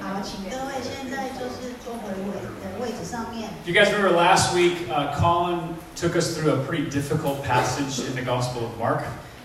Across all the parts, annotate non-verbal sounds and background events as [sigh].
好，请各位现在就是坐回位的位置上面。 You guys remember last week, uh, Colin took us through a pretty difficult passage in the Gospel of Mark.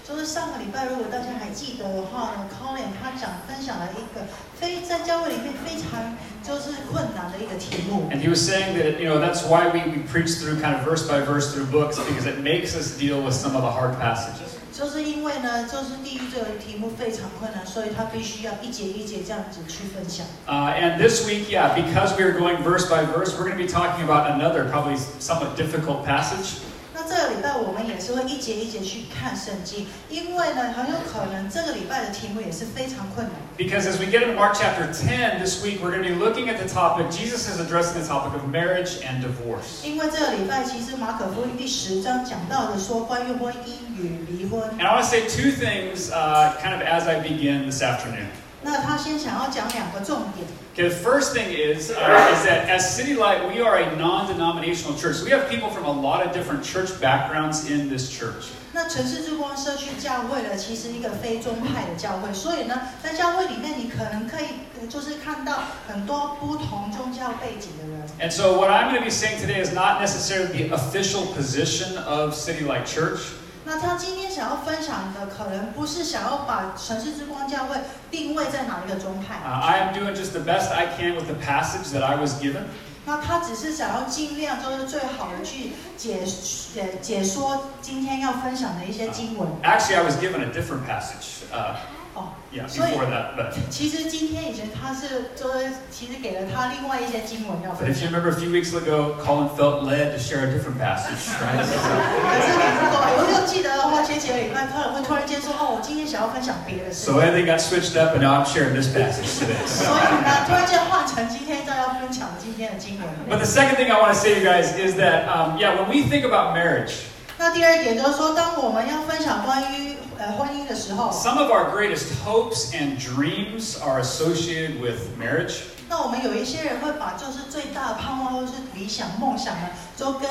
就是上个礼拜，如果大家还记得的话呢，Colin 他讲分享了一个非在教会里面非常就是困难的一个题目。 And he was saying that, you know, that's why we, we preach through kind of verse by verse through books, because it makes us deal with some of the hard passages. 就是因为呢，就是地狱这个题目非常困难，所以他必须要一节一节这样子去分享。 Uh, and this week, yeah, because we are going verse by verse, we're going to be talking about another, probably somewhat difficult passage. 那这个礼拜我们也是会一节一节去看圣经，因为呢，很有可能这个礼拜的题目也是非常困难。 Because as we get into Mark chapter 10 this week, we're going to be looking at the topic, Jesus is addressing the topic of marriage and divorce. 因为这个礼拜其实马可福音第十章讲到的说关于婚姻与离婚， And I want to say two things uh, kind of as I begin this afternoon. 那他先想要讲两个重点。 Okay, the first thing is, uh, is that as City Light, we are a non denominational church. So we have people from a lot of different church backgrounds in this church. 那城市之光社区教会呢，其实一个非宗派的教会，所以呢，在教会里面你可能可以呃就是看到很多不同宗教背景的人。 And so what I'm going to be saying today is not necessarily the official position of City Light Church. 那他今天想要分享的，可能不是想要把城市之光教会定位在哪一个宗 Uh, 派， I am doing just the best I can with the passage that I was given. 那他只是想要尽量就是最好的去解解解说今天要分享的一些经文 Actually, I was given a different passage. Uh, 哦。 yeah, So- before that. But, 其实今天以前他是就是其实给了他另外一些经文要 but 分 if you 享， remember a few weeks ago, Colin felt led to share a different passage, right? So- 可是你如果我就记得的话，前几个礼拜他会突然间说哦，我今天想要分享别的事， So everything got switched up, and now I'm sharing this passage today. 所 So- 以呢，突然间换成今天就要分享今天的经文。 But the second thing I want to say, you guys, is that um, yeah, when we think about marriage, 那第二点就是说，当我们要分享关于呃婚姻的时候， some of our greatest hopes and dreams are associated with marriage. 那我们有一些人会把就是最大的盼望或是理想梦想呢，都跟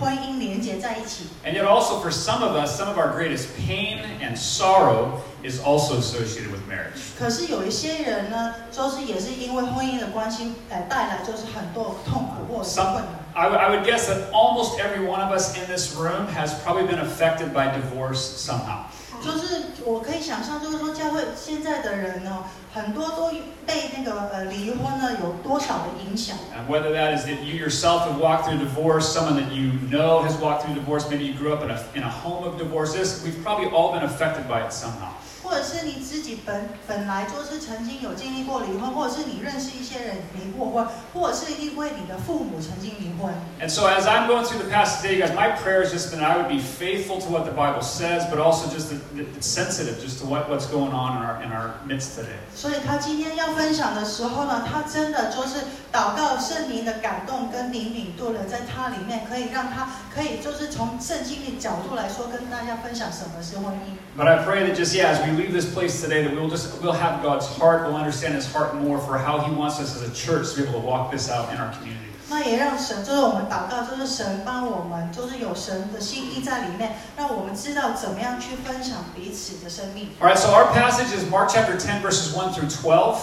婚姻连接在一起。 And yet, also for some of us, some of our greatest pain and sorrow is also associated with marriage. 可是有一些人呢，就是也是因为婚姻的关系，呃，带来就是很多痛苦或者是 Some- 困难。 I would- I would guess that almost every one of us in this room has probably been affected by divorce somehow. 就是我可以想象，就是说教会现在的人呢，很多都被那个呃离婚呢有多少的影响。 And whether that is that you yourself have walked through divorce, someone that you know has walked through divorce, maybe you grew up in a, in a home of divorce, this, we've probably all been affected by it somehow. 或者是你自己本本来就是曾经有经历过离婚，或者是你认识一些人离过婚，或者是因为你的父母曾经离婚。 And so as I'm going through the passage today, guys, my prayer is just that I would be faithful to what the Bible says, but also just that, that it's sensitive just to what, what's going on in our, in our midst today. 所以他今天要分享的时候呢，他真的就是祷告圣灵的感动跟灵敏度了，在他里面可以让他可以就是从圣经的角度来说，跟大家分享什么是婚姻。 But I pray that just, yeah, as we leave this place today, that we'll just, we'll have God's heart, we'll understand His heart more for how He wants us as a church to be able to walk this out in our community. 那也让神，就是我们祷告，就是神帮我们，就是有神的心意在里面，让我们知道怎么样去分享彼此的生命。 All right, so our passage is Mark chapter 10, verses 1 through 12.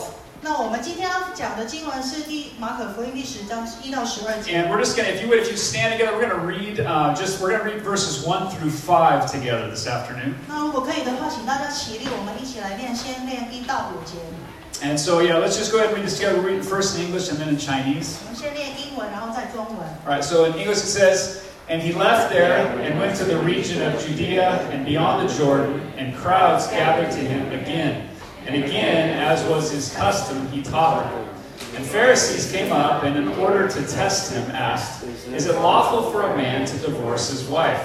那我们今天要讲的经文是第马可福音第十章一到十二节。 And we're just gonna, if you would, if you stand together, we're gonna read uh, just we're gonna read verses one through five together this afternoon. 那如果可以的话，请大家起立，我们一起来念，先念一到五节。 And so yeah, let's just go ahead and read this together. We'll read it first in English and then in Chinese. 我们先念英文，然后再中文。 All right. So in English it says, "And he left there and went to the region of Judea and beyond the Jordan, and crowds gathered to him again and again, as was his custom. He taught them." And Pharisees came up and, in order to test him, asked, "Is it lawful for a man to divorce his wife?"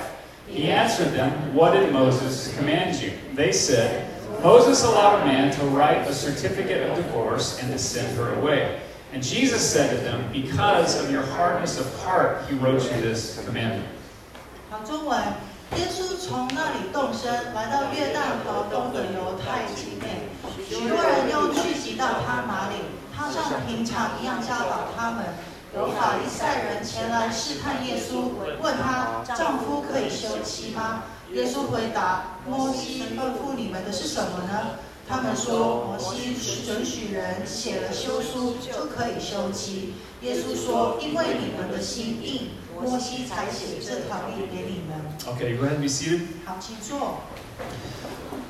He answered them, What did Moses command you? They said, Moses allowed a man to write a certificate of divorce and to send her away. And Jesus said to them, Because of your hardness of heart, he wrote you this commandment. 好，中文。耶稣从那里动身，来到约旦河东的犹太境内，许多人又聚集到他那里。他像平常一样教导他们。有法利赛人前来试探耶稣，问他：丈夫可以休妻吗？耶稣回答：摩西吩咐你们的是什么呢？他们说，摩西准许人写了休书就可以休妻。耶稣说，因为你们的心硬，摩西才写这条律给你们。 Okay, go ahead and be seated. 好，请坐。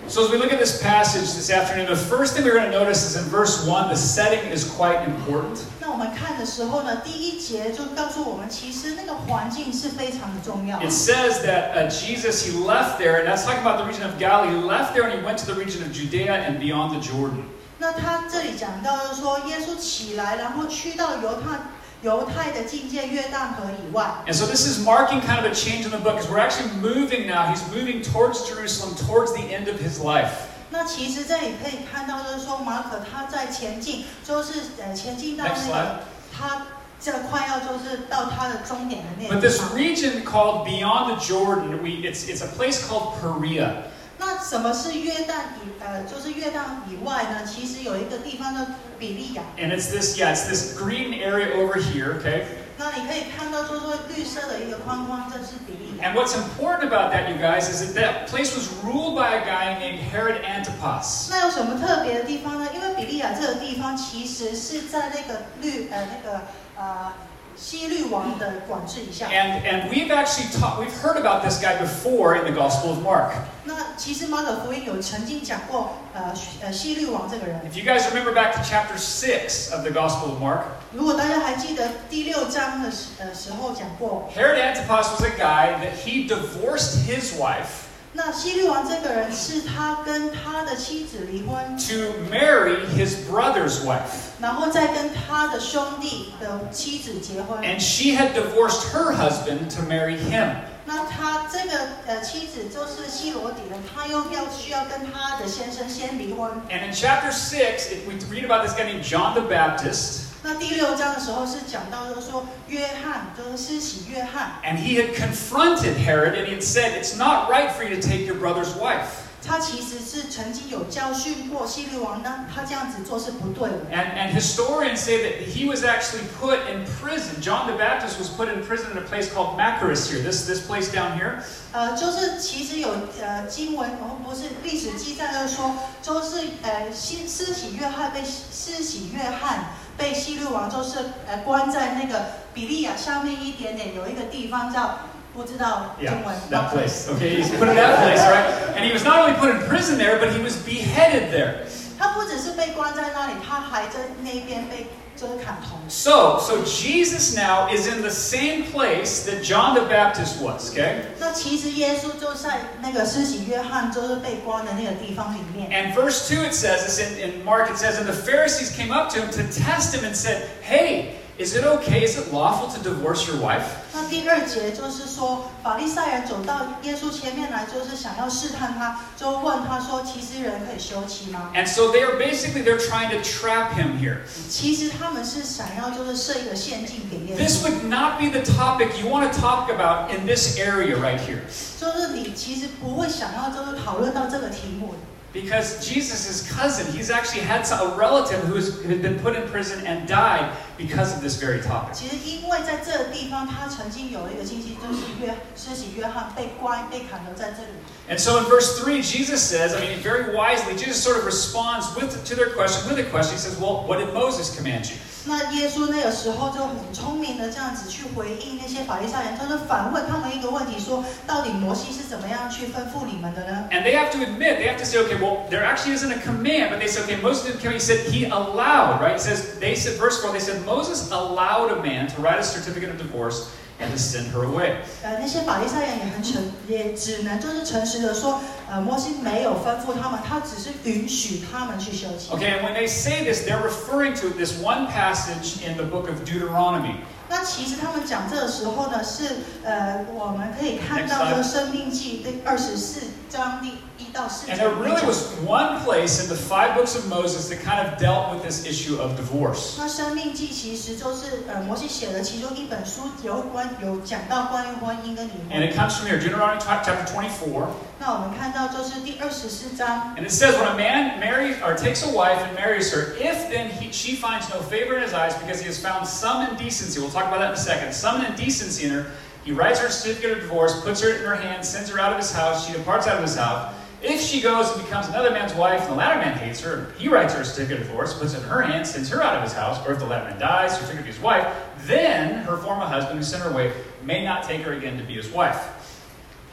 So, as we look at this passage this afternoon, the first thing we're going to notice is in verse 1, the setting is quite important. 那我们看的时候呢，第一节就告诉我们，其实那个环境是非常的重要。 It says that uh, Jesus, he left there, and that's talking about the region of Galilee, he left there and he went to the region of Judea and beyond the Jordan. 那他这里讲到就是说，耶稣起来，然后去到犹太犹太的境界约旦河以外。 And so this is marking kind of a change in the book because we're actually moving now. He's moving towards Jerusalem, towards the end of his life. 那其实这里可以看到，就是说马可他在前进，就是呃前进到 Next 那 slide 个他这快要就是到他的终点的那 But 个地 this 方。 region called beyond the Jordan, we, it's, it's a place called Perea. 那什么是约旦以呃就是约旦以外呢？其实有一个地方叫比利亚。 And it's this, yeah, it's this green area over here, okay? 那你可以看到，就是说绿色的一个框框，这是比利亚。 And what's important about that, you guys, is that that place was ruled by a guy named Herod Antipas. 那有什么特别的地方呢？因为比利亚这个地方其实是在那个律呃那个呃西律王的管制以下。 And, and we've actually taught, we've heard about this guy before in the Gospel of Mark. 那其实马可福音有曾经讲过，呃呃西律王这个人。 If you guys remember back to chapter 6 of the Gospel of Mark, 如果大家还记得第六章的时呃时候讲过， Herod Antipas was a guy that he divorced his wife 那西律王这个人是他跟他的妻子离婚， to marry his brother's wife. 然后再跟他的兄弟的妻子结婚。 And she had divorced her husband to marry him. 那他这个呃妻子就是西罗底了，他又要需要跟他的先生先离婚。 And in chapter 6, it, we read about this guy named John the Baptist, 那第六章的时候是讲到，就是说约翰就是施洗约翰， and he had confronted Herod and he had said, It's not right for you to take your brother's wife. 他其实是曾经有教训过希律王，那他这样子做是不对的。 And, and historians say that he was actually put in prison. John the Baptist was put in prison in a place called Machaerus here, this, this place down here. 呃，就是其实有呃经文，哦不是历史记载，就是说，就是呃西施洗约翰被施洗约翰被希律王就是呃关在那个比利亚下面一点点有一个地方叫不知道中 Yeah, 文。 that place. Okay, he's put in that place, right? And he was not only put in prison there, but he was beheaded there. 他不只是被关在那里，他还在那边被就是砍头。 So, so Jesus now is in the same place that John the Baptist was, okay? 那其实耶稣就在那个施洗约翰就是被关的那个地方里面。 And verse 2 it says, it's in, in Mark it says, And the Pharisees came up to him to test him and said, Hey, is it okay, is it lawful to divorce your wife? 那第二节就是说，法利赛人走到耶稣前面来，就是想要试探他，就问他说：“其实人可以休妻吗 And so they are basically they're trying to trap him here.？” 其实他们是想要就是设一个陷阱给耶稣， This would not be the topic you want to talk about in this area right here. 就是你其实不会想要就是讨论到这个题目。 Because Jesus' cousin, he's actually had some, a relative who has who had been put in prison and died because of this very topic. 其实因为在这个地方，他曾经有一个亲戚就是约施洗约翰被关被砍头在这里。 And so in verse 3, Jesus says, I mean, very wisely, Jesus sort of responds with, to their question with a question. He says, Well, what did Moses command you? 那耶稣那个时候就很聪明的这样子去回应那些法利赛人，就是反问他们一个问题说到底摩西是怎么样去吩咐你们的呢？ And they have to admit, they have to say, okay, well, there actually isn't a command, but they say, okay, Moses didn't command. He said he allowed, right? It says, they said, verse 4, they said, Moses allowed a man to write a certificate of divorce and to send her away. 呃，那些法利赛人也很诚，也只能就是诚实的说，呃，摩西没有吩咐他们，他只是允许他们去休息。 Okay, and when they say this, they're referring to this one passage in the book of Deuteronomy. 那其实他们讲这个时候呢，是呃，我们可以看到 Next slide. 这个《生命记》第二十四章第一到四节 And there really was one place in the five books of Moses that kind of dealt with this issue of divorce. 那《生命记》其实就是呃，摩西写的其中一本书，有关有讲到关于婚姻跟离 And 婚。 it comes from here, Deuteronomy tw- chapter 24. 那我们看到就是第二十四章， And it says, When a man marries or takes a wife and marries her, if then he, she finds no favor in his eyes because he has found some indecency, we'll talk about that in a second, some indecency in her, he writes her a certificate of divorce, puts her in her hand, sends her out of his house, she departs out of his house. If she goes and becomes another man's wife and the latter man hates her, he writes her a certificate of divorce, puts it in her hands, sends her out of his house, or if the latter man dies, certificate to his wife, then her former husband who sent her away may not take her again to be his wife.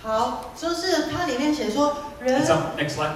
好，就是它里面写说，人 It's up. Next slide.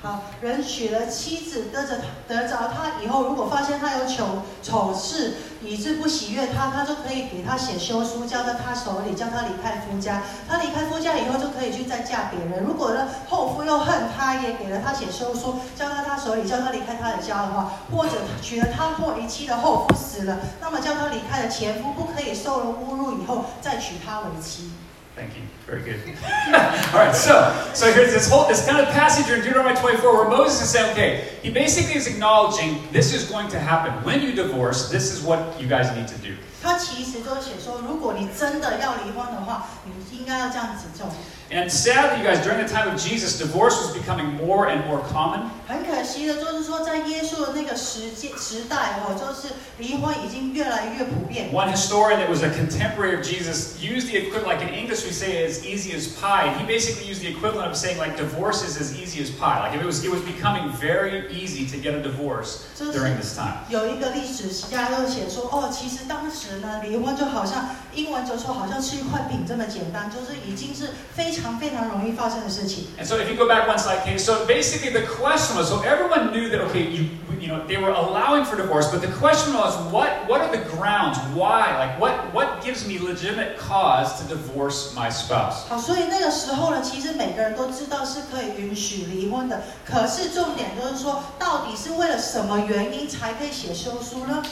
好人娶了妻子，得着得着他以后，如果发现他有丑丑事，以致不喜悦他，他就可以给他写休书，交到他手里，叫他离开夫家。他离开夫家以后，就可以去再嫁别人。如果呢后夫又恨他，也给了他写休书，交到他手里，叫他离开他的家的话，或者娶了他或一妻的后夫死了，那么叫他离开的前夫不可以受了侮辱以后再娶她为妻。 Thank you. Very good. [laughs] All right. So, so here's this whole this kind of passage in Deuteronomy 24 where Moses is saying, okay, he basically is acknowledging this is going to happen when you divorce. This is what you guys need to do. 他其实就是写说，如果你真的要离婚的话，你应该要这样子做。 And sadly, you guys, during the time of Jesus, divorce was becoming more and more common. 很可惜的就是说，在耶稣的那个时间时代哦，就是离婚已经越来越普遍。 One historian that was a contemporary of Jesus used the equivalent, like in English we say as easy as pie. He basically used the equivalent of saying like divorce is as easy as pie. Like it was, it was becoming very easy to get a divorce So- during this time. 有一个历史家就写说，哦，其实当时呢，离婚就好像英文就说好像吃一块饼这么简单，就是已经是非常非常容易发生的事情。 And so if you go back one slide, Kate, so basically the question was, so everyone knew that, okay, you, you know, they were allowing for divorce, but the question was, what, what are the grounds? Why? Like what, what gives me legitimate cause to divorce my spouse? 好，所以那个时候呢，其实每个人都知道是可以允许离婚的，可是重点就是说，到底是为了什么原因才可以写休书呢？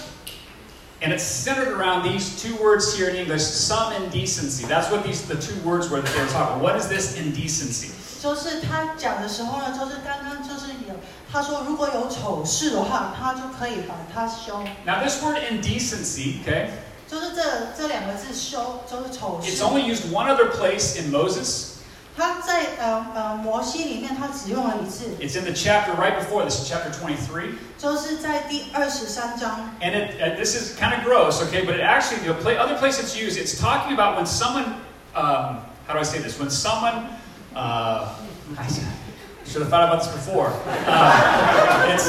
And it's centered around these two words here in English, some indecency. That's what these the two words were that they were talking about. What is this indecency? 就是他讲的时候呢，就是刚刚就是有他说如果有丑事的话，他就可以把他休， Now this word indecency, okay, 就是这这两个字休就是丑 it's 事。 only used one other place in Moses. 他在呃呃摩西里面他只用了一次， It's in the chapter right before this, chapter 23. 就是在第二十三章。 And it, uh, this is kind of gross, okay, but it actually, the pla other place it's used, it's talking about when someone, um, how do I say this? When someone, uh, I should have thought about this before. Uh, it's,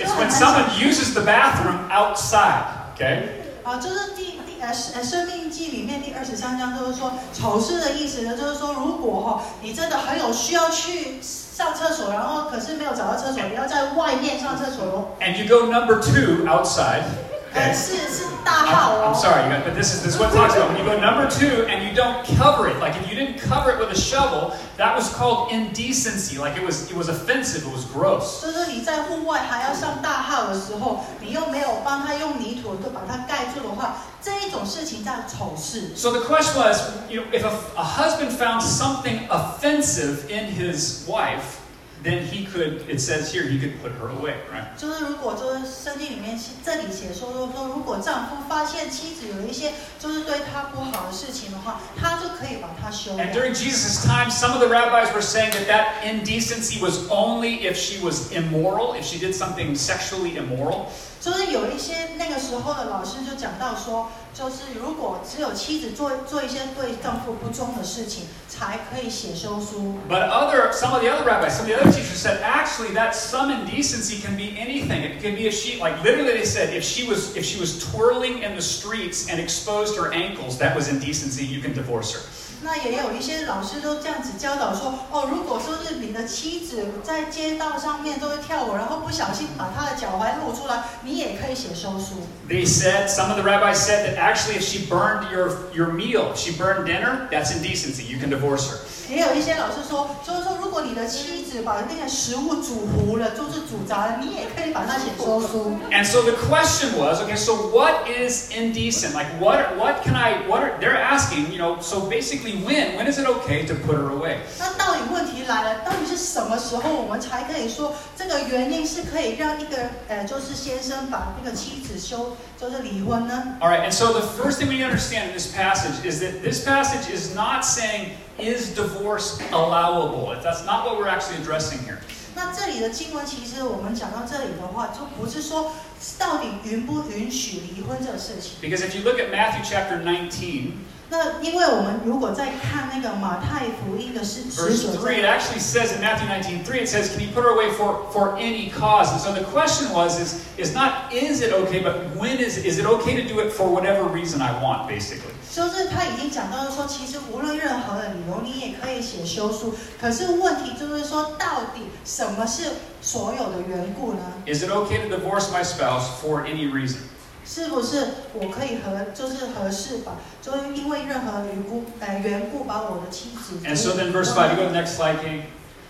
it's when someone uses the bathroom outside, okay? 啊，就是第第呃生呃生命记里面第二十三章，就是说丑事的意思呢，就是说如果哈、你真的很有需要去上厕所，然后可是没有找到厕所，你要在外面上厕所哦， And you go number two outside. 呃 Okay. 是是大号哦。哎 I'm, I'm sorry, you guys, but this is this is what it talks about when you go number two and you don't cover it. Like if you didn't cover it with a shovel, that was called indecency. Like it was it was offensive. It was gross. 就是你在户外还要上大号的时候，你又没有帮他用泥土就把它盖住的话，这一种事情叫丑事。 So the question was, you know, if a, a husband found something offensive in his wife, then he could, it says here, he could put her away, right? 就是如果就是圣经里面这里写说说说，如果丈夫发现妻子有一些就是对他不好的事情的话，他就可以把他休掉 And。during Jesus' time, some of the rabbis were saying that that indecency was only if she was immoral, if she did something sexually immoral. 就是有一些那个时候的老师就讲到说，就是如果只有妻子做做一些对丈夫不忠的事情，才可以写休书。 But other, some of the other rabbis, some of the other teachers said actually that some indecency can be anything. It could be if she, like literally, they said if she was if she was twirling in the streets and exposed her ankles, that was indecency. You can divorce her. 那也有一些老师都这样子教导说，哦，如果说是你的妻子在街道上面都会跳舞，然后不小心把她的脚踝露出来，你也可以写收书。 They said, some of the rabbis said that actually if she burned your, your meal, if she burned dinner, that's indecency. You can divorce her. 也有一些老师说，就是说如果你的妻子把那个食物煮糊了，就是煮砸了，你也可以把它写收书。 And so the question was, okay, so what is indecent? Like what what can I what are they're asking, you know, so basically when? When is it okay to put her away? 那到底问题来了，到底是什么时候我们才可以说这个原因是可以让一个呃，就是先生把那个妻子休，就是离婚呢？ Alright, and so the first thing we need to understand in this passage is that this passage is not saying is divorce allowable? That's not what we're actually addressing here. 那这里的经文，其实我们讲到这里的话，就不是说到底允不允许离婚这个事情。 Because if you look at Matthew chapter 19, 那因为我们如果在看那个马太福音的是使 Verse 者 3, 在 it actually says in Matthew 19, 3, it says, Can you put her away for, for any cause? And so the question was, is, is not is it okay, but when is is it okay to do it for whatever reason I want, basically? 就是他已经讲到了说，其实无论任何的理由，你也可以写休书。可是问题就是说，到底什么是所有的缘故呢？ Is it okay to divorce my spouse for any reason? 是不是我可以和就是合适吧？就是因为任何缘故呃缘故把我的妻子 And so then verse 5, you go to the next slide, Kate.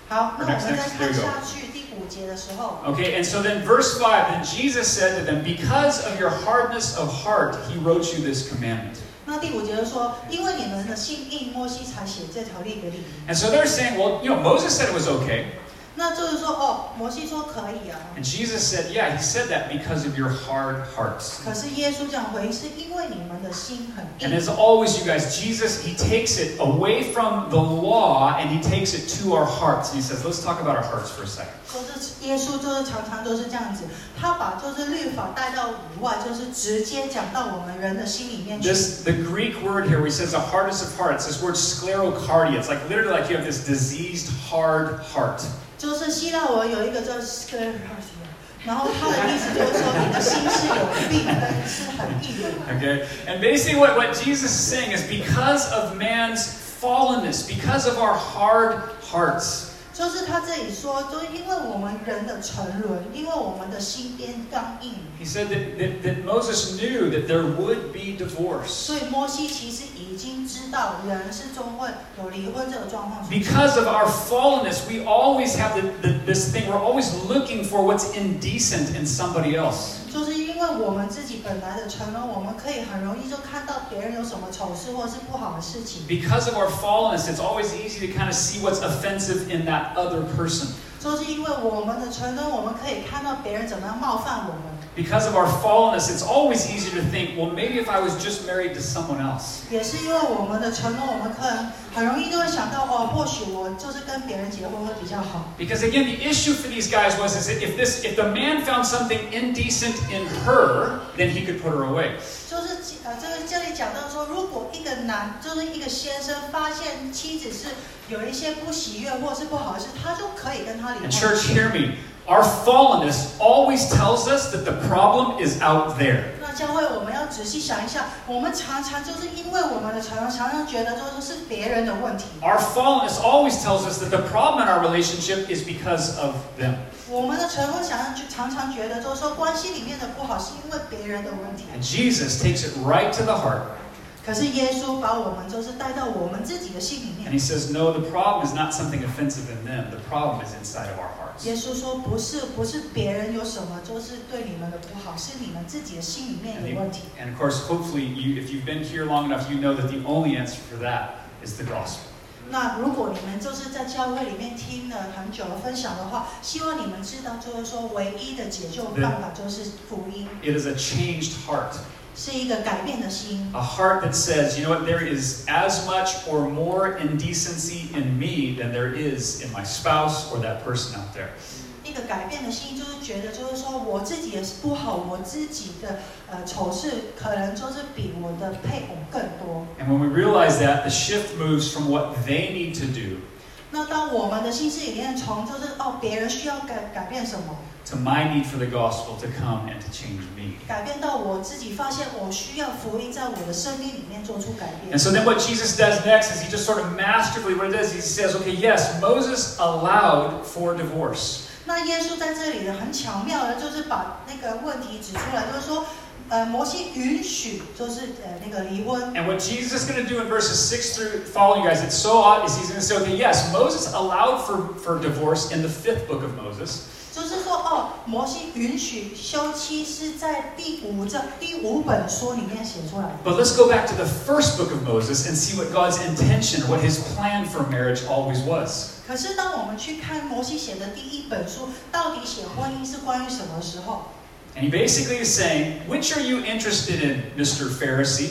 好，那我 Next, 们再 next, there 看 you go. 下去第五节的时候， Okay, and so then verse 5, then Jesus said to them, Because of your hardness of heart, he wrote you this commandment. 那第五节就说，因为你们的信应摩西才写这条律给你们。 And so they're saying, Well, you know, Moses said it was okay. 那就是说，哦，摩西说可以啊， And Jesus said, Yeah, he said that because of your hard hearts. 可是耶稣这样回应，是因为你们的心很 And 硬。 as always, you guys, Jesus, he takes it away from the law and he takes it to our hearts. And he says, Let's talk about our hearts for a second. 就是耶稣就是常常都是这样子，他把就是律法带到以外，就是直接讲到我们人的心里面去。 This the Greek word here where he says the hardest of hearts, this word sclerocardia. It's like literally like you have this diseased hard heart. 就是希腊文有一个叫 s c l e r o 然后它的意思就是说你的心是有病的，是很硬的。 Okay? And basically what, what Jesus is saying is because of man's fallenness, because of our hard hearts, 就是他这里说，就是因为我们人的沉沦，因为我们的心变刚硬， he said that, that, that Moses knew that there would be divorce. 所以摩西其实已经知道人是终会有离婚这个状况出现。 Because of our fallenness, we always have the, the, this thing, we're always looking for what's indecent in somebody else. 就是因为我们自己本来的沉沦，我们可以很容易就看到别人有什么丑事或是不好的事情。 Because of our fallenness, it's always easy to kind of see what's offensive in that other person. 就是因为我们的沉沦，我们可以看到别人怎么样冒犯我们。 Because of our fallenness, it's always easier to think, well, maybe if I was just married to someone else. 也是因为我们的承诺，我们可能很容易就会想到哦，或许我就是跟别人结婚会比较好。 Because again, the issue for these guys was is that if this if the man found something indecent in her, then he could put her away. 就是呃，这个这里讲到说，如果一个男，就是一个先生发现妻子是有一些不喜悦或是不好的事，他就可以跟他离婚。And church, hear me. Our fallenness always tells us that the problem is out there. 那教会我们要仔细想一下，我们常常就是因为我们的承诺，常常觉得就是是别人的问题。 Our fallenness always tells us that the problem in our relationship is because of them. 我们的承诺想要去常常觉得就是说关系里面的不好是因为别人的问题。 And Jesus takes it right to the heart 可是耶稣把我们就是带到我们自己的心里面 and。he says, No, the problem is not something offensive in them. The problem is inside of our hearts. 耶稣说：“不是，不是别人有什么，就是对你们的不好，是你们自己的心里面有问题。 And of course, hopefully, you, if you've been here long enough, you know that the only answer for that is the gospel. 那如果你们就是在教会里面听了很久的分享的话，希望你们知道，就是说唯一的解救办法就是福音， It is a changed heart, 是一个改变的心， a heart that says, you know what, there is as much or more indecency in me than there is in my spouse or that person out there. 一个改变的心，就是觉得就是说我自己也是不好，我自己的呃丑事可能就是比我的配偶更多。 And when we realize that, the shift moves from what they need to do 那当我们的心思里面从就是哦别人需要改改变什么。” to my need for the gospel to come and to change me. 改变到我自己发现我需要福音在我的生命里面做出改 And 变。 so then what Jesus does next is he just sort of masterfully, what it does, he says, okay, yes, Moses allowed for divorce. 那耶稣在这里的很巧妙的，就是把那个问题指出来，就是说，呃，摩西允许就是呃那个离婚。 And what Jesus is going to do in verses 6 through following, you guys, it's so odd, is he's going to say, okay, yes, Moses allowed for, for divorce in the fifth book of Moses. 就是说，哦，摩西允许休妻是在第五这第五本书里面写出来的。 But let's go back to the first book of Moses and see what God's intention, what his plan for marriage always was. 可是当我们去看摩西写的第一本书，到底写婚姻是关于什么时候？ And he basically is saying, which are you interested in, Mr. Pharisee?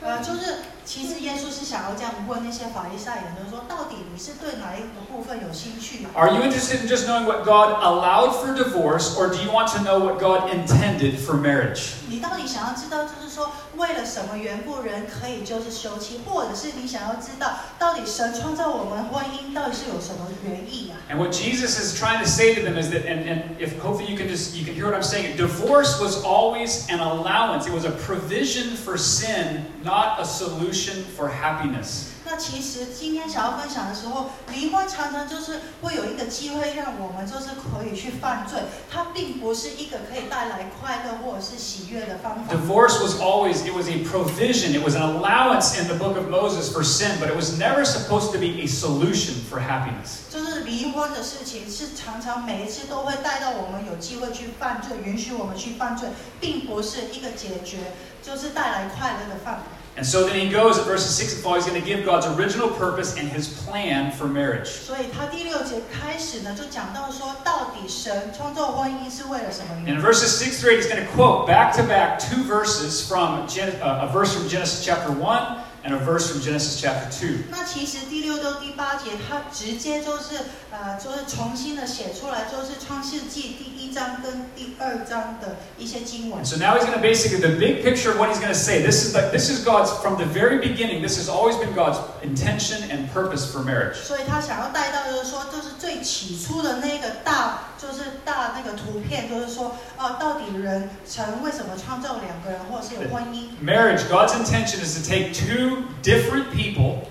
呃，就是其实耶稣是想要这样问那些法利赛人，就是说，到底你是对哪一个部分有兴趣？ Are you interested in just knowing what God allowed for divorce, or do you want to know what God intended for marriage? 你到底想要知道，就是说，为了什么缘故人可以就是休妻，或者是你想要知道，到底神创造我们婚姻到底是有什么原意啊？ And what Jesus is trying to say to them is that, and, and if hopefully you can just you can hear what I'm saying, divorce was always an allowance. It was a provision for sin, not a solution for happiness. 那其实今天想要分享的时候，离婚常常就是会有一个机会让我们就是可以去犯罪，它并不是一个可以带来快乐或者是喜悦的方法。 Divorce was always it was a provision, it was an allowance in the book of Moses for sin, but it was never supposed to be a solution for happiness. 就是离婚的事情是常常每一次都会带到我们有机会去犯罪，允许我们去犯罪，并不是一个解决就是带来快乐的方法。 And so then he goes at verses 6 and following, he's going to give God's original purpose and his plan for marriage. 所以他第六节开始呢，就讲到说，到底神创造婚姻是为了什么原因 And？in verses 6 through 8, he's going to quote back to back two verses from Gen- uh, a verse from Genesis chapter 1 and a verse from Genesis chapter 2. 那其实第六到第八节，它直接就是呃，就是重新的写出来，就是创世纪第一章跟第二章的一些经文 And。so now he's going to basically the big picture of what he's going to say. This is like this is God's from the very beginning. This has always been God's intention and purpose for marriage. 所以他想要带到就是说，就是最起初的那个大，就是大那个图片，就是说，呃，到底人神为什么创造两个人，或是有婚姻？ Marriage, God's intention is to take two different people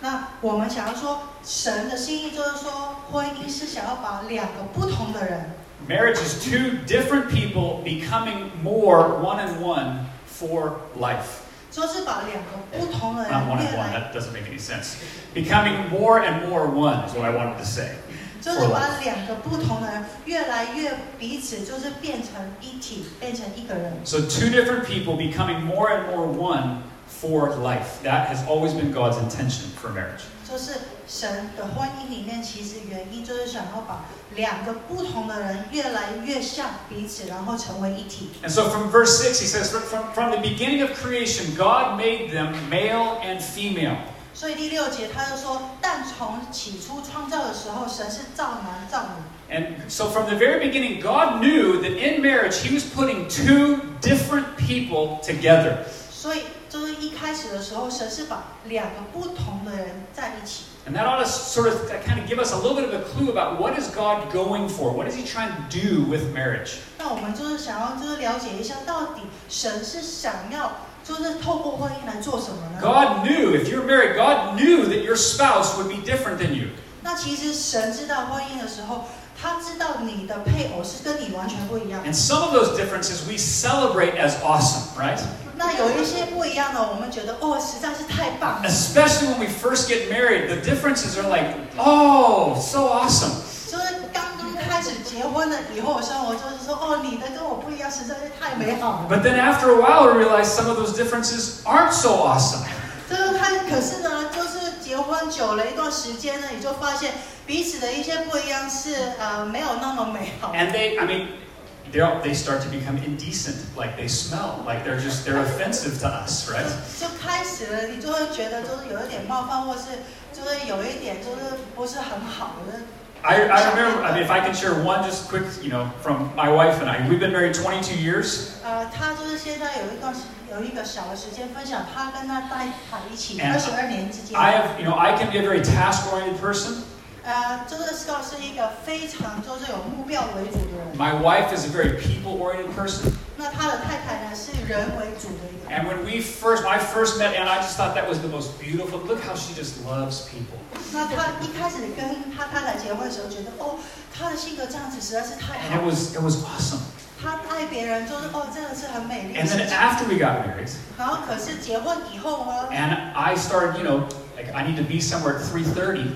那我们想要说，神的心意就是说，婚姻是想要把两个不同的人， Marriage is two different people becoming more one and one for life. 就是把两个不同的 Not 人 one 越 and one, 啊来 that doesn't make any sense. Becoming more and more one is what I wanted to say. 就是把两个不同的人越来越彼此，就是变成一体，变成一个人。 So, two different people becoming more and more one for life. That has always been God's intention for marriage. 就是神的婚姻里面，其实原因就是想要把两个不同的人越来越像彼此，然后成为一体。 And so, from verse 6, he says, "From- from, from the beginning of creation, God made them male and female. 所以第六节他就说：“但从起初创造的时候，神是造男造女。 And so from the very beginning, God knew that in marriage, He was putting two different people together. ”所以就是一开始的时候，神是把两个不同的人在一起。 And that ought to sort of kind of give us a little bit of a clue about what is God going for? What is He trying to do with marriage? 那我们就是想要就是了解一下，到底神是想要就是透过婚姻来做什么呢？ God knew, if you're married, God knew that your spouse would be different than you. 那其实神知道婚姻的时候，他知道你的配偶是跟你完全不一样的。 And some of those differences we celebrate as awesome, right? 那有一些不一样的，我们觉得哦，实在是太棒了。 Especially when we first get married, the differences are like, oh, so awesome. 就是刚刚开始结婚了以后的生活，就是说哦，你的跟我不一样，实在是太美好了。 But then after a while, we realize some of those differences aren't so awesome. 就是他，可是呢，就是结婚久了一段时间呢，你就发现彼此的一些不一样是呃没有那么美好。 And they, I mean, they are they start to become indecent. Like they smell. Like they're just they're offensive to us, 就 right? 就开始了，你就会觉得就是有一点冒犯，或是就是有一点就是不是很好的。 I, I remember. I mean, if I can share one just quick, you know, from my wife and I. We've been married 22 years, 呃，他就是现在有一段时有一个小的时间分享，他跟他太太一起哎二十二年之间。 I have, you know, I can be a very task-oriented person. 呃，就是 Scott 是一个非常就是有目标为主的人， My wife is a very people-oriented person. 那他的太太呢是人为主的一个人。 And when we first, when I first met Anna, I just thought that was the most beautiful. Look how she just loves people. 那他一开始跟他太太结婚的时候，觉得哦，他的性格这样子实在是太好 And it，was, it was awesome. 他爱别人就是哦，真的是很美丽的哎 And 事 then 情。 after we got married, 然后可是结婚以后呢， and I started, you know, like I need to be somewhere at 3:30.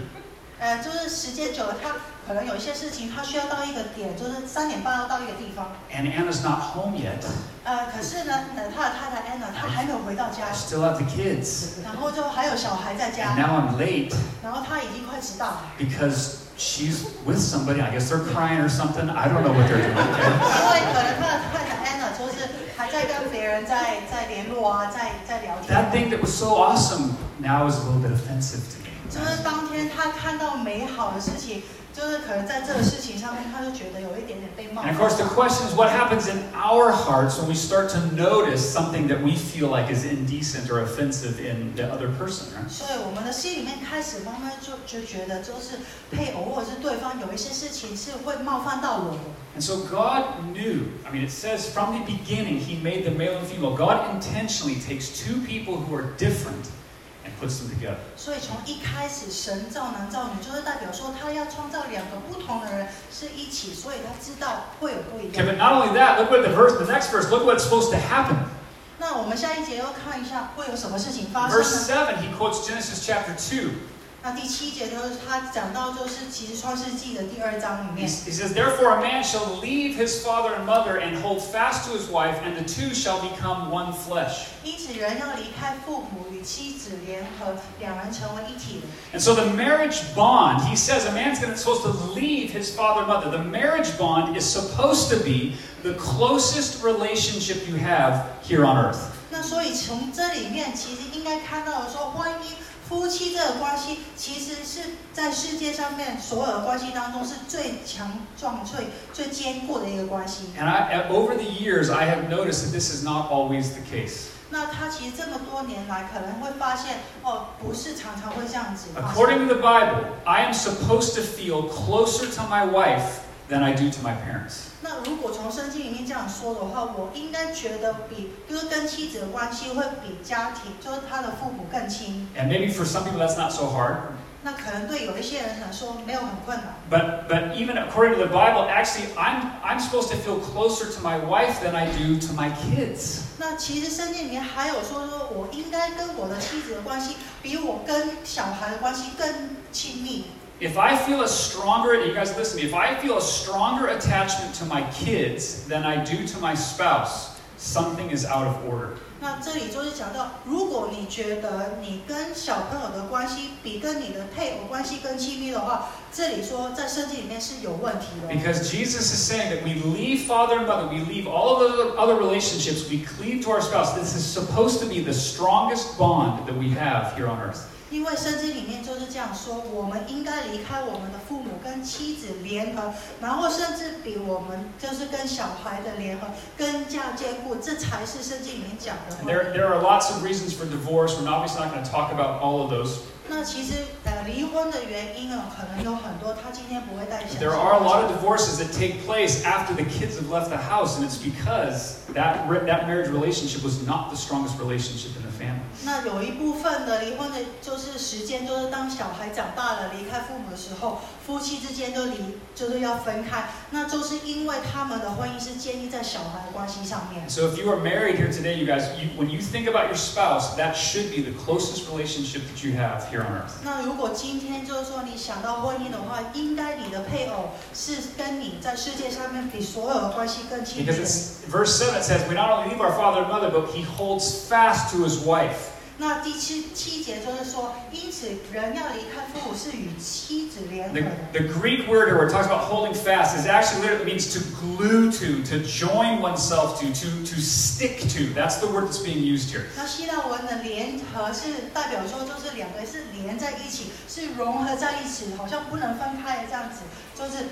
呃，就是时间久了，他可能有一些事情他需要到一个点，就是三点半要到一个地方。 and Anna's not home yet. 呃，可是呢，呃他的太太 Anna 她还没有回到家 I，still have the kids. 然后就还有小孩在 And 家， now I'm late 然后他已经快迟到了。 because she's with somebody. I guess they're crying or something. I don't know what they're doing. 因为可能他的太太 Anna 就是还还在跟别人在在联络啊，在在聊天。That thing that was so awesome now is a little bit offensive to me. 就是当天他看到美好的事情，就是可能在这个事情上面，他就觉得有一点点被冒 And 犯 of。course, the question is what happens in our hearts when we start to notice something that we feel like is indecent or offensive in the other person, right? 所以我们的心里面开始慢慢就就觉得，就是配偶或者是对方有一些事情是会冒犯到我的。 And so God knew, I mean, it says from the beginning, He made the male and female. God intentionally takes two people who are different and puts them together. 所以从一开始，神造男造女，就是代表说他要创造两个不同的人是一起，所以他知道会有不一 Okay, 样。 but not only that, look what the verse, the next verse, look what's supposed to happen. 那我们下一节要看一下会有什么事情发生 Verse 呢？ 7, he quotes Genesis chapter 2. 那第七节就是他讲到，就是其实《创世纪》的第二章里 He, 面，he says, Therefore, a man shall leave his father and mother and hold fast to his wife, and the two shall become one flesh. 因此人要离开父母与妻子联合，两人成为一体了。 And so the marriage bond, he says, a man's gonna, supposed to leave his father and mother. The marriage bond is supposed to be the closest relationship you have here on earth. 那所以从这里面其实应该看到的说，婚姻夫妻这个关系其实是在世界上面所有的关系当中是最强壮、最最坚固的一个关系。 And I, uh, over the years, I have noticed that this is not always the case. 那他其实这么多年来可能会发现，哦，不是常常会这样子发生。 According to the Bible, I am supposed to feel closer to my wife than I do to my parents. 那如果从圣经里面这样说的话，我应该觉得比就是跟妻子的关系会比家庭，就是他的父母更亲。 And maybe for some people that's not so hard. 那可能对有一些人来说没有很困难， But but even according to the Bible, actually I'm I'm supposed to feel closer to my wife than I do to my kids. 那其实圣经里面还有说说，我应该跟我的妻子的关系比我跟小孩的关系更亲密。 If I feel a stronger, you guys listen to me, if I feel a stronger attachment to my kids than I do to my spouse, something is out of order. 那这里就是讲到，如果你觉得你跟小朋友的关系比跟你的配偶关系更亲密的话，这里说在圣经里面是有问题的哦。 Because Jesus is saying that we leave father and mother, we leave all of the other relationships, we cleave to our spouse. This is supposed to be the strongest bond that we have here on earth. 因为圣经里面就是这样说，我们应该离开我们的父母跟妻子联合，然后甚至比我们就是跟小孩的联合更加坚固，这才是圣经里面讲的 And 话。 there, there are lots of reasons for divorce. We're obviously not going to talk about all of those. 那其实呃，离婚的原因啊，可能有很多，他今天不会带详 But 细 there are a lot 的 of divorces that take place after the kids have left the house, and it's because that, re- that marriage relationship was not the strongest relationship in the family. 那有一部分的离婚的，就是时间，就是当小孩长大了离开父母的时候，夫妻之间就离，就是要分开，那就是因为他们的婚姻是建立在小孩的关系上面 And。so, if you are married here today, you guys, you, when you think about your spouse, that should be the closest relationship that you have here on earth. 那如果今天就是说你想到婚姻的话，应该你的配偶是跟你在世界上面比所有的关系更亲密 Because 的。 it's verse seven says, "We not only leave our father and mother, but he holds fast to his wife." 那第七七节就是说，因此人要离开父母是与妻子联合 The, 的。 the Greek word here, where it talks about holding fast, is actually literally means to glue to, to join oneself to, to, to stick to. That's the word that's being used here. 那希腊文的联合是代表说，就是两个是连在一起，是融合在一起，好像不能分开的这样子，就是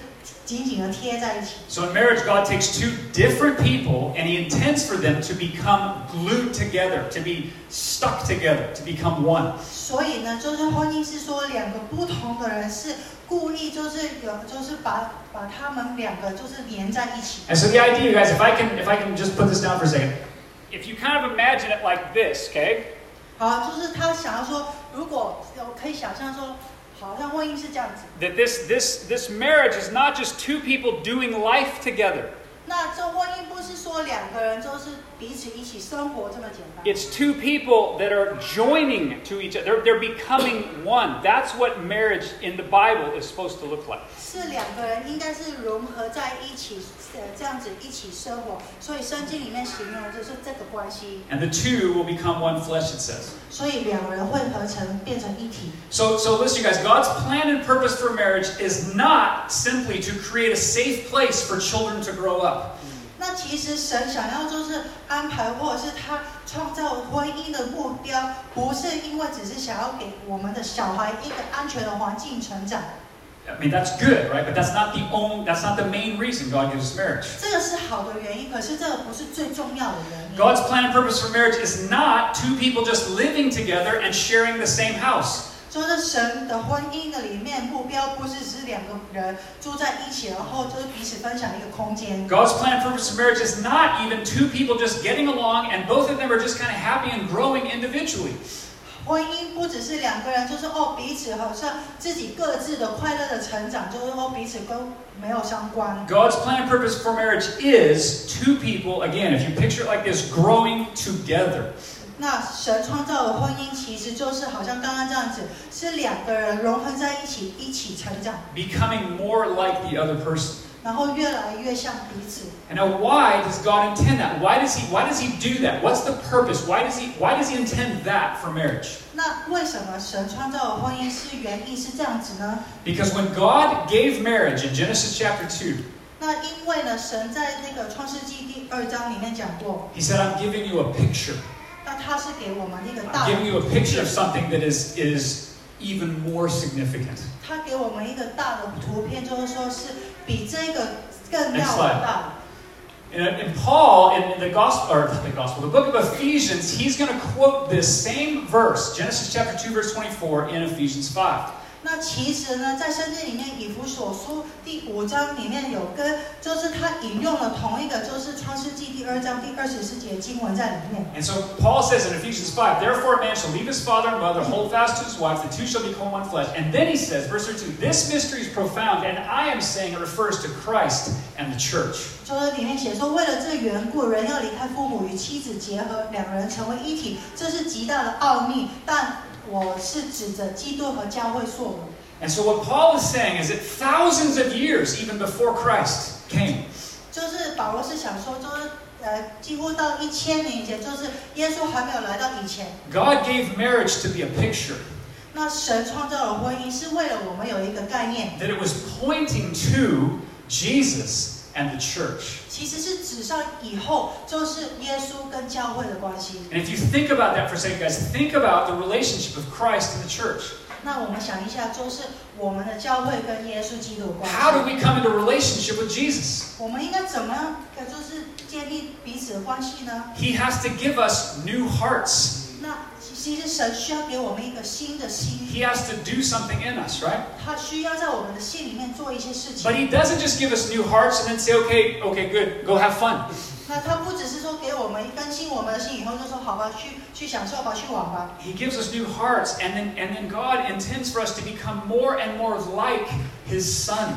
紧紧的贴在一起。 So in marriage, God takes two different people and He intends for them to become glued together, to be stuck together, to become one. 所以呢，就是婚姻是说两个不同的人是故意就是有就是把把他们两个就是连在一起。 And so the idea, you guys, if I can, if I can just put this down for a second, if you kind of imagine it like this, okay? 好，就是他想要说，如果有可以想象说，好像婚姻是这样子。 That this this this marriage is not just two people doing life together. 那这婚姻不是说两个人就是彼此一起生活这么简单， It's two people that are joining to each other. They're, they're becoming one. That's what marriage in the Bible is supposed to look like. 是两个人应该是融合在一起，呃，这样子一起生活。所以圣经里面形容就是这个关系， And the two will become one flesh, it says. 所以两人会合成变成一体。 So, so listen, you guys, God's plan and purpose for marriage is not simply to create a safe place for children to grow up. 那其实神想要就是安排，或者是他创造婚姻的目标，不是因为只是想要给我们的小孩一个安全的环境成长， I mean, that's good, right? But that's not the only, that's not the main reason God gives us marriage. 这个是好的原因，可是这个不是最重要的原因。 God's plan and purpose for marriage is not two people just living together and sharing the same house. 就是神的婚姻的里面目标，不是只是两个人住在一起，然后就是彼此分享一个空间。 God's plan and purpose for marriage is not even two people just getting along and both of them are just kind of happy and growing individually. 婚姻不只是两个人，就是哦彼此好像自己各自的快乐的成长，就是哦彼此都没有相关。 God's plan and purpose for marriage is two people, again, if you picture it like this, growing together. 那神创造的婚姻其实就是好像刚刚这样子，是两个人融合在一起，一起成长， becoming more like the other person. 然后越来越像彼此。 And now why does God intend that? Why does he why does he do that? What's the purpose? Why does he why does he intend that for marriage? 那为什么神创造的婚姻是原意是这样子呢？ Because when God gave marriage in Genesis chapter 2, 那因为呢，神在那个创世纪第二章里面讲过， he said, I'm giving you a picture. 那他是啊给我们一个大 I'm，giving you a picture of something that is is even more significant. 他给我们一个大的图片，就是说是比这个更 Next 要 slide 大。 And, uh, and Paul in the gospel or the gospel, the book of Ephesians, he's gonna quote this same verse, Genesis chapter 2, verse 24, in Ephesians 5. 那其实呢，在圣经里面，以弗所书第五章里面有跟，就是他引用了同一个，就是创世纪第二章第二十四节经文在里面。 And so Paul says in Ephesians 5, therefore a man shall leave his father and mother, hold fast to his wife, the two shall become one flesh. And then he says, verse 32, this mystery is profound, and I am saying it refers to Christ and the church. 就是里面写说，为了这缘故，人要离开父母与妻子结合，两人成为一体，这是极大的奥秘。但我是指着基督和教会说的。 And so what Paul is saying is that thousands of years, even before Christ came, 就是保罗是想说，就是呃，几乎到一千年以前，就是耶稣还没有来到以前， God gave marriage to be a picture, 那神创造了婚姻是为了我们有一个概念， that it was pointing to Jesus and the church. 其实是指上以后就是耶稣跟教会的关系。 And if you think about that for a second, guys, think about the relationship of Christ and the church. 那我们想一下，就是我们的教会跟耶稣基督的关 How 系， do we come into relationship with Jesus? 我们应该怎么样呃就是建立彼此的关系呢？ He has to give us new hearts. 那其实神需要给我们一个新的心， He has to do something in us, right? 他需要在我们的心里面做一些事 But 情。 he doesn't just give us new hearts and then say, okay, okay, good, go have fun. 那他不只是说给我们更新我们的心以后就说好吧，去去享受吧，去玩吧。 He gives us new hearts, and then, and then God intends for us to become more and more like his son.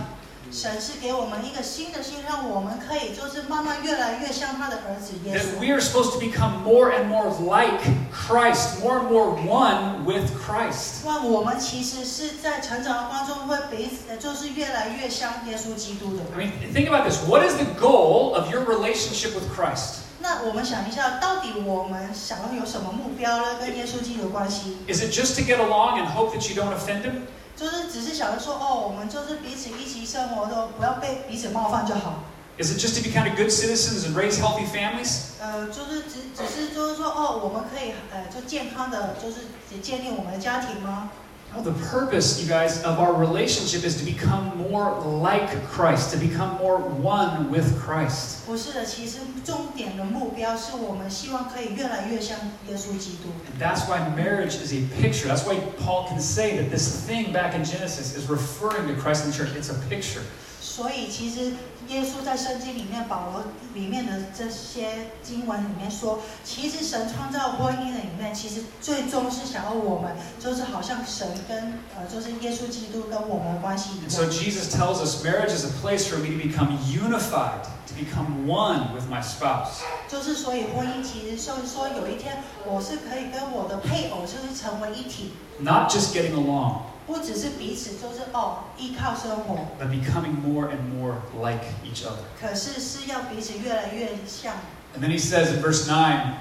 神是给我们一个新的心，让我们可以就是慢慢越来越像他的儿子耶 That 稣。 we are supposed to become more and more like Christ, more and more one with Christ. 那我们其实是在成长的当中会彼此，就是越来越像耶稣基督的。 I mean, think about this. What is the goal of your relationship with Christ? 那我们想一下，到底我们想要有什么目标呢？跟耶稣基督有关系， Is it just to get along and hope that you don't offend him? 就是只是想着说，哦，我们就是彼此一起生活的，不要被彼此冒犯就好。 Is it just to be kind of good citizens and raise healthy families? 呃，就是只只是就是说，哦，我们可以呃，就健康的，就是建立我们的家庭吗？ No, the purpose, you guys, of our relationship is to become more like Christ, to become more one with Christ. 不是的，其实重点的目标是我们希望可以越来越像耶稣基督。 And that's why marriage is a picture. That's why Paul can say that this thing back in Genesis is referring to Christ and the church. It's a picture. 所以其实耶稣在圣经里面、保罗里面的这些经文里面说，其实神创造婚姻的里面，其实最终是想要我们，就是好像神跟呃，就是耶稣基督跟我们的关系一 And so 样。 Jesus tells us marriage is a place for me to become unified, to become one with my spouse. 就是所以婚姻其实就是说有一天我是可以跟我的配偶就是成为一体， Not just getting along, 不只是彼此就是哦依靠生活， but becoming more and more like each other. 可是是要彼此越来越像。 And then he says in verse 9,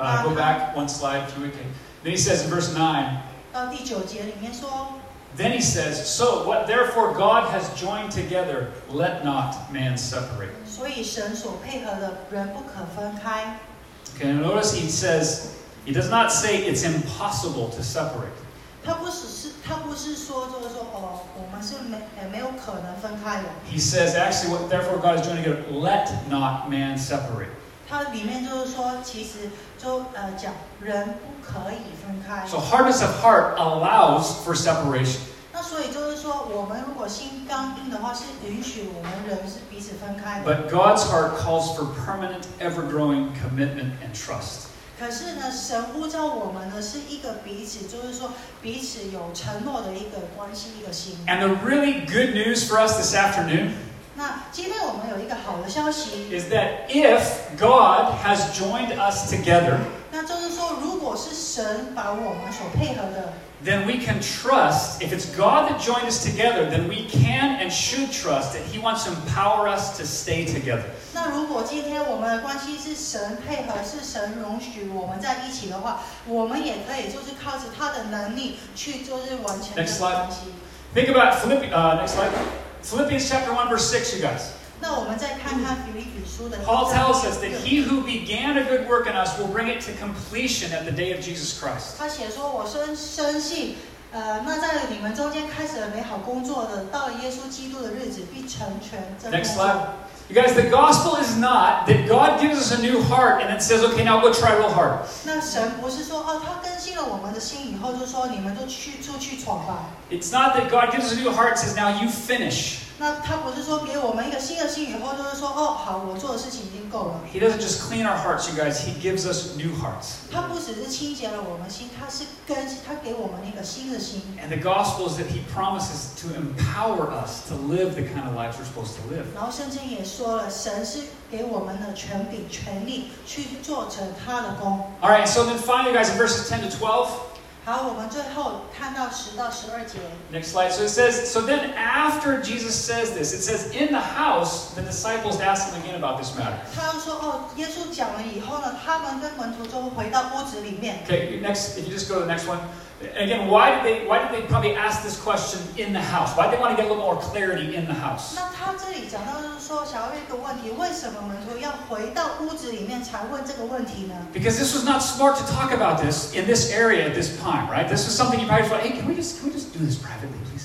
uh, go back one slide if you would. Then he says in verse 9, 到第九节里面说， Then he says, So what therefore God has joined together, let not man separate. 所以神所配合的人不可分开。 Okay, and notice he says, he does not say it's impossible to separate. 他不只是他不是说就是说哦，我们是没呃没有可能分开的。 He says, actually, what therefore God has joined together, let not man separate. 它里面就是说，其实就呃讲人不可以分开。 So hardness of heart allows for separation. 那所以就是说，我们如果心刚硬的话，是允许我们人是彼此分开的。 But God's heart calls for permanent, ever growing commitment and trust. 可是呢，神呼召我们呢是一个彼此，就是说彼此有承诺的一个关系，一个心。 And the really good news for us this afternoon 那今天我们有一个好的消息， is that if God has joined us together, 那就是说，如果是神把我们所配合的， then we can trust, if it's God that joined us together, then we can and should trust that He wants to empower us to stay together. 那如果今天我们的关系是神配合，是神容许我们在一起的话，我们也可以就是靠着他的能力去就是完成这 Next 个 slide. 关系。 Think about Philippians, uh, next slide. Philippians chapter 1, verse 6, you guys. 那我们再看看腓立比书的 Paul 一章 tells us that he who began a good work in us will bring it to completion at the day of Jesus Christ. 他写说：“我深深信，呃，那在你们中间开始了美好工作的，到了耶稣基督的日子，必成全这工 Next 作。 slide. You guys, the gospel is not that God gives us a new heart and then says, okay, now go try real hard. ”那神不是说哦，他更新了我们的心以后，就说你们就去出去闯吧。 It's not that God gives us a new heart and says, now you finish. 那他不是说给我们一个新的心以后，就是说哦，好，我做的事情已经够了。 He doesn't just clean our hearts, you guys. He gives us new hearts. 他不只是清洁了我们心，他是更新，他给我们一个新的心。 And the gospel is that he promises to empower us to live the kind of lives we're supposed to live. 然后圣经也说了，神是给我们的权柄、权力去做成他的工。 All right, so then finally, you guys, in verses 10 to 12, 好，我们最后看到十到十二节， next slide. So it says, so then after Jesus says this, it says, in the house, the disciples asked him again about this matter. 他又说哦，耶稣讲了以后呢，他们跟门徒就回到屋子里面。 Okay, next, if you just go to the next one. Again, why did they, why did they probably ask this question in the house? Why did they want to get a little more clarity in the house? 那他这里讲到就是说，想要一个问题，为什么门徒要回到屋子里面才问这个问题呢？ Because this was not smart to talk about this in this area at this time, right? This was something you probably thought, hey, can we just, can we just do this privately, please?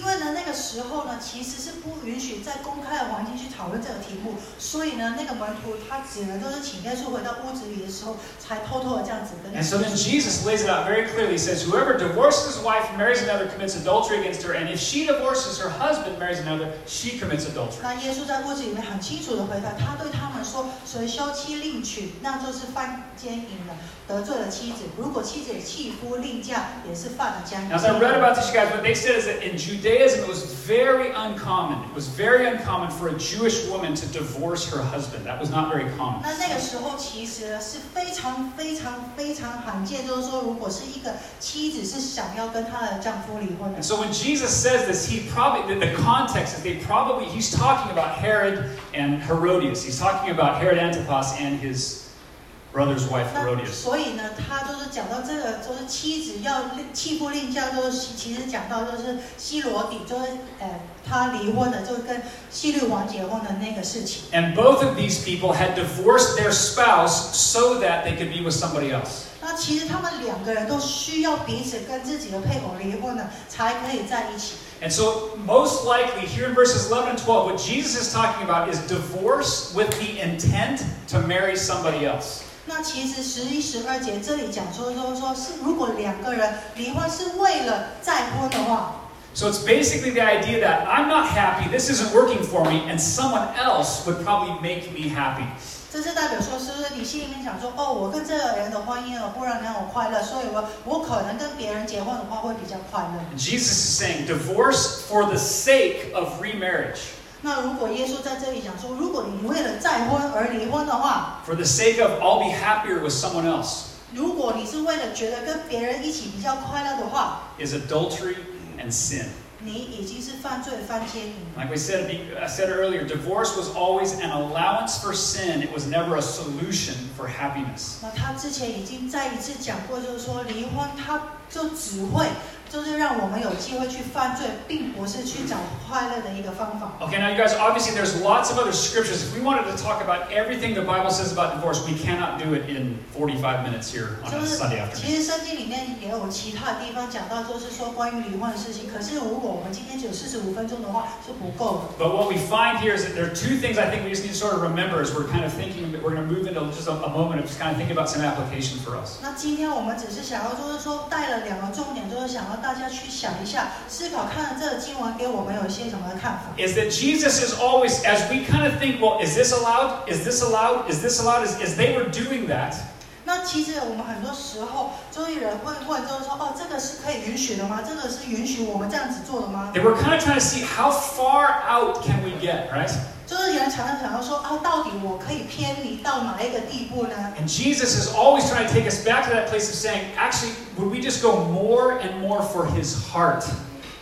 因为呢，那个时候呢，其实是不允许在公开的环境去讨论这个题目，所以呢，那个门徒他只能就是请耶稣回到屋子里的时候，才偷偷的这样子跟他 And so then Jesus lays it out very clearly. He says, Whoever divorces his wife and marries another commits adultery against her, and if she divorces her husband and marries another, she commits adultery. 那耶稣在屋子里面很清楚的回答，他对他们说：“谁休妻另娶，那就是犯奸淫了，得罪了妻子；如果妻子弃夫另嫁，也是犯了奸淫。” Now, as I read about this, you guys, what they said is that in Judaism, it was very uncommon. It was very uncommon for a Jewish woman to divorce her husband. That was not very common. 那那个时候其实是非常非常非常罕见，就是说，如果是一个妻子是想要跟她的丈夫离婚的 And。so when Jesus says this, he probably the, the context is they probably he's talking about Herod and Herodias. He's talking about Herod Antipas and his brother's wife 那 Herodias. 所以呢，他就是讲到这个，就是妻子要另弃夫另嫁，就是其实讲到就是西罗底，就是呃，他离婚了，就跟希律王结婚的那个事情。 And both of these people had divorced their spouse so that they could be with somebody else. 那其实他们两个人都需要彼此跟自己的配偶离婚了，才可以在一起。 And so, most likely, here in verses 11 and 12, what Jesus is talking about is divorce with the intent to marry somebody else. 那其实十一、十二节这里讲说说说是，如果两个人离婚是为了再婚的话， So, it's basically the idea that I'm not happy, this isn't working for me, and someone else would probably make me happy. 这是代表说，是不是你心里面想说，哦，我跟这个人的婚姻哦，不能让我快乐，所以我我可能跟别人结婚的话会比较快乐。 And Jesus is saying divorce for the sake of remarriage, 那如果耶稣在这里讲说，如果你为了再婚而离婚的话， for the sake of I'll be happier with someone else, 如果你是为了觉得跟别人一起比较快乐的话， is adultery and sin. 你已经是犯罪犯奸淫。 Like we said, I said earlier, divorce was always an allowance for sin. It was never a solution for happiness. 那他之前已经再一次讲过，就是说离婚，他就只会就是让我们有机会去犯罪，并不是去找快乐的一个方法。 Okay, now you guys, obviously there's lots of other scriptures. If we wanted to talk about everything the Bible says about divorce, we cannot do it in 45 minutes here on 就 a 是 Sunday afternoon. 其实圣经里面也有其他地方讲到，就是说关于离婚的事情。可是如果我们今天只有四十五分钟的话是不够的。 But what we find here is that there are two things I think we just need to sort of remember as we're kind of thinking, we're going to move into just a, a moment of just kind of thinking about some application for us. 那今天我们只是想要，就是说带了两个重点，就是想要大家去想一下，思考看了这个经文给我们有一些什么的看法。 Is that Jesus is always, as we kind of think, well, is this allowed? Is this allowed? Is this allowed? As, as they were doing that, 那其实我们很多时候，就是有人会问，就是说，哦，这个是可以允许的吗？这个是允许我们这样子做的吗 they？were kind of trying to see how far out can we get, right? 就是有人常常想要说，啊，到底我可以偏离到哪一个地步呢？ And Jesus is always trying to take us back to that place of saying, actually, would we just go more and more for his heart?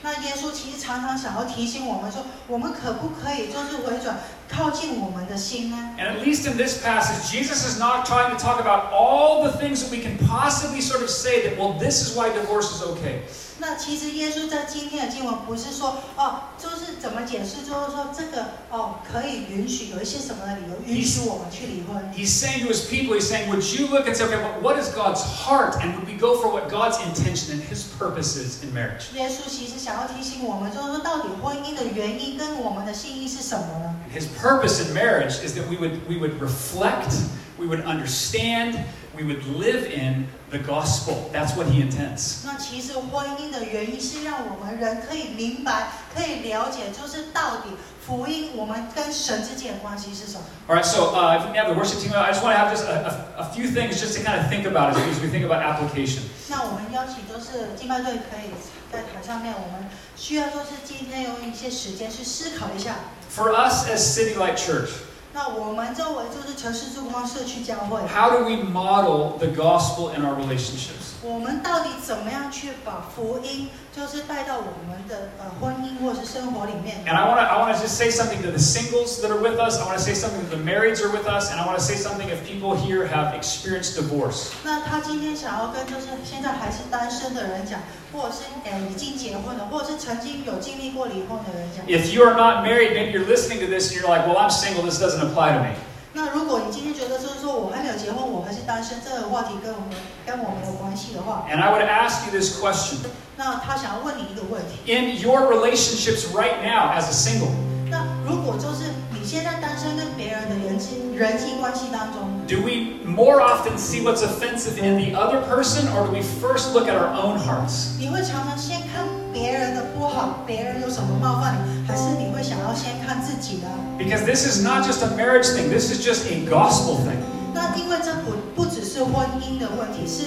那耶稣其实常常想要提醒我们说，我们可不可以就是回转，靠近我们的心呢？ And at least in this passage, Jesus is not trying to talk about all the things that we can possibly sort of say that, well, this is why divorce is okay. 那其实耶稣在今天的经文不是说哦，就是怎么解释，就是说这个哦可以允许有一些什么的理由允许我们去离婚。 He's saying to his people, he's saying, would you look and say, okay, but what is God's heart? And would we go for what God's intention and his purpose is in marriage? 耶稣其实想要提醒我们，就是说到底婚姻的原因跟我们的信义是什么呢？ And his purpose in marriage is that we would, we would reflect, we would understand, we would live in the gospel. That's what he intends. 那其实婚姻的原因是让我们人可以明白、可以了解，就是到底福音我们跟神之间的关系是什么。 All right, so uh, if we can have the worship team, I just want to have just a, a, a few things just to kind of think about as we, as we think about application. 那我们邀请就是敬拜队可以在台上面，我们需要就是今天有一些时间去思考一下。 For us as City Light Church, 那我们周围就是城市之光社区教会， how do we model the gospel in our relationships? 我们到底怎么样去把福音就是带到我们的呃婚姻或是生活里面？ And I want to I want to just say something to the singles that are with us. I want to say something to the marrieds are with us, and I want to say something if people here have experienced divorce. 那他今天想要跟就是现在还是单身的人讲，或者是呃已经结婚了，或者是曾经有经历过离婚的人讲。 If you are not married, maybe you're listening to this and you're like, "Well, I'm single. This doesn't apply to me." 那如果你今天觉得就是说我还没有结婚，我还是单身，这个话题跟我们跟我们有关系的话， And I would ask you this question: 那他想要问你一个问题。 In your relationships right now, as a single. 那如果就是你现在单身跟别人的人际人际关系当中， Do we more often see what's offensive in the other person, or do we first look at our own hearts? 你会常常先看别人的不好，别人有什么冒犯你，还是你会想要先看自己呢？ Because this is not just a marriage thing, this is just a gospel thing. 那因为这不不只是婚姻的问题，是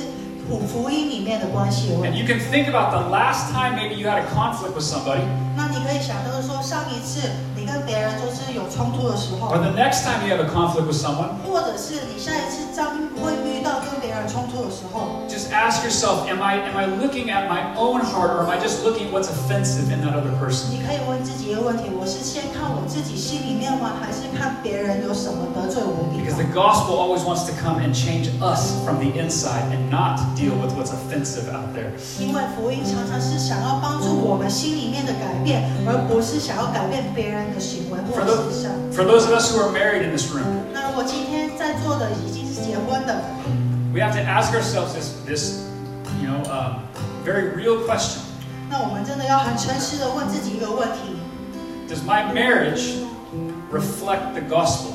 福福音里面的关系的问 And 题。 you can think about the last time maybe you had a conflict with somebody, 那你可以想到说，上一次你跟别人就是有冲突的时候 or，the next time you have a conflict with someone. 或者是你下一次将会遇到跟别人冲突的时候， Just ask yourself, am I am I looking at my own heart, or am I just looking at what's offensive in that other person? 你可以问自己一个问题：我是先看我自己心里面吗？还是看别人有什么得罪我的地 Because 方 the？gospel always wants to come and change us from the inside and not deal with what's offensive out there. 因为福音常常是想要帮助我们心里面的改变，而不是想要改变别人的行为或者思想。 For those of us who are married in this room, 那如果今天在座的已经是结婚的， We have to ask ourselves this, this you know, um, very real question. 那我们真的要很诚实的问自己一个问题： Does my marriage reflect the gospel?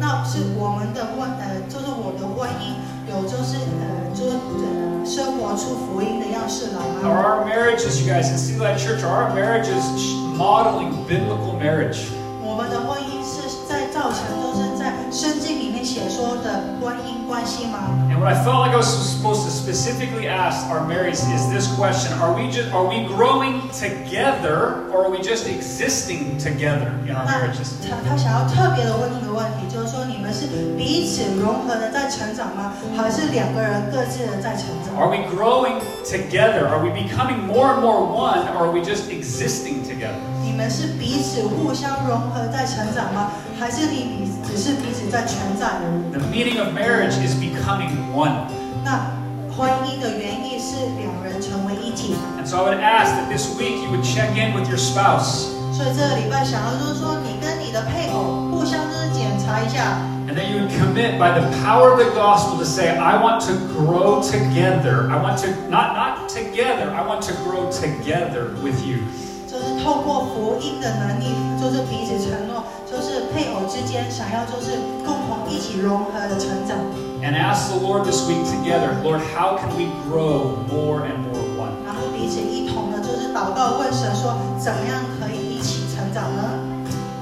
那是我们的婚呃，就是我的婚姻有就是呃，就是呃，生活出福音的样式来 Are 吗？ our marriages, you guys, in City Light Church, are our marriages sh- modeling biblical marriage? 我们的婚姻是在造成就是在圣经里面写说的婚姻关系吗？ And what I felt like I was supposed to specifically ask our marrieds is this question: Are we just are we growing together, or are we just existing together in our 那 marriages? 他他想要特别的问一个问题，就是说你们是彼此融合的在成长吗？还是两个人各自的在成长？ Are we growing together? Are we becoming more and more one, or are we just existing together? 你们是彼此互相融合在成长吗？还是你彼只是彼此在存在而已？ The meaning of marriage is becoming one. 那婚姻的原意是两人成为一体。 And so I would ask that this week you would check in with your spouse 所以这个礼拜想要就是说，你跟你的配偶互相就是检查一下， and that you would commit by the power of the gospel to say, I want to grow together. I want to, not, not together, I want to grow together with you. 就是透过福音的能力，就是彼此承诺，就是配偶之间想要就是共同一起融合的成长。 And ask the Lord this week together, Lord, how can we grow more and more one? 然后彼此一同的，就是祷告问神说，怎么样可以一起成长呢？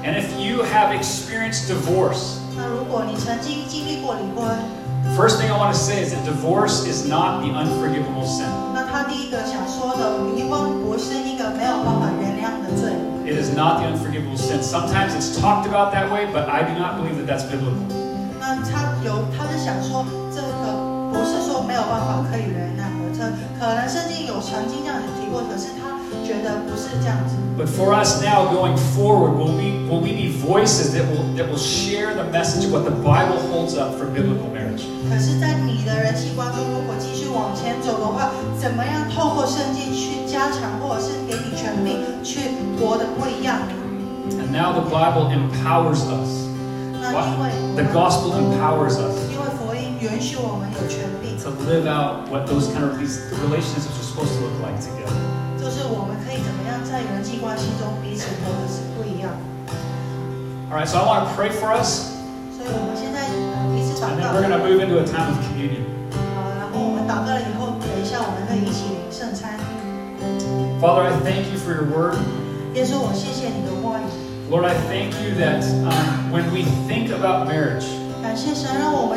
And if you have experienced divorce, 那如果你曾经经历过离婚， first thing I want to say is that divorce is not the unforgivable sin. 那他第一个想说的，离婚不是一个没有办法原谅的罪， It is not the unforgivable sin. Sometimes it's talked about that way, but I do not believe that that's biblical. 那他有他是想说，这个不是说没有办法可以原谅的，这可能圣经有曾经这样子提过，可是他觉得不是这样子。 But for us now going forward, will we, will we be voices that will, that will share the message of what the Bible holds up for biblical marriage? 可是，在你的人际关系如果继续往前走的话，怎么样透过圣经去加强，或者是给你权柄去活得不一样？ And now the Bible empowers us. 那因为呃 What? The gospel empowers us 因为福音允许我们有权柄， to live out what those kind of these relationships are supposed to look like together. 就是我们可以怎么样在人际关系中彼此活的是不一样。 All right, so I want to pray for us, 所以我们现在彼此祷 and 告 then we're。going to move into a time of communion. 好，然后我们祷告了以后，等一下我们可以一起领圣餐。 Father, I thank you for your word. 耶稣，我谢谢你的话语， Lord, I thank you that um, when we think about marriage, 感谢神让我们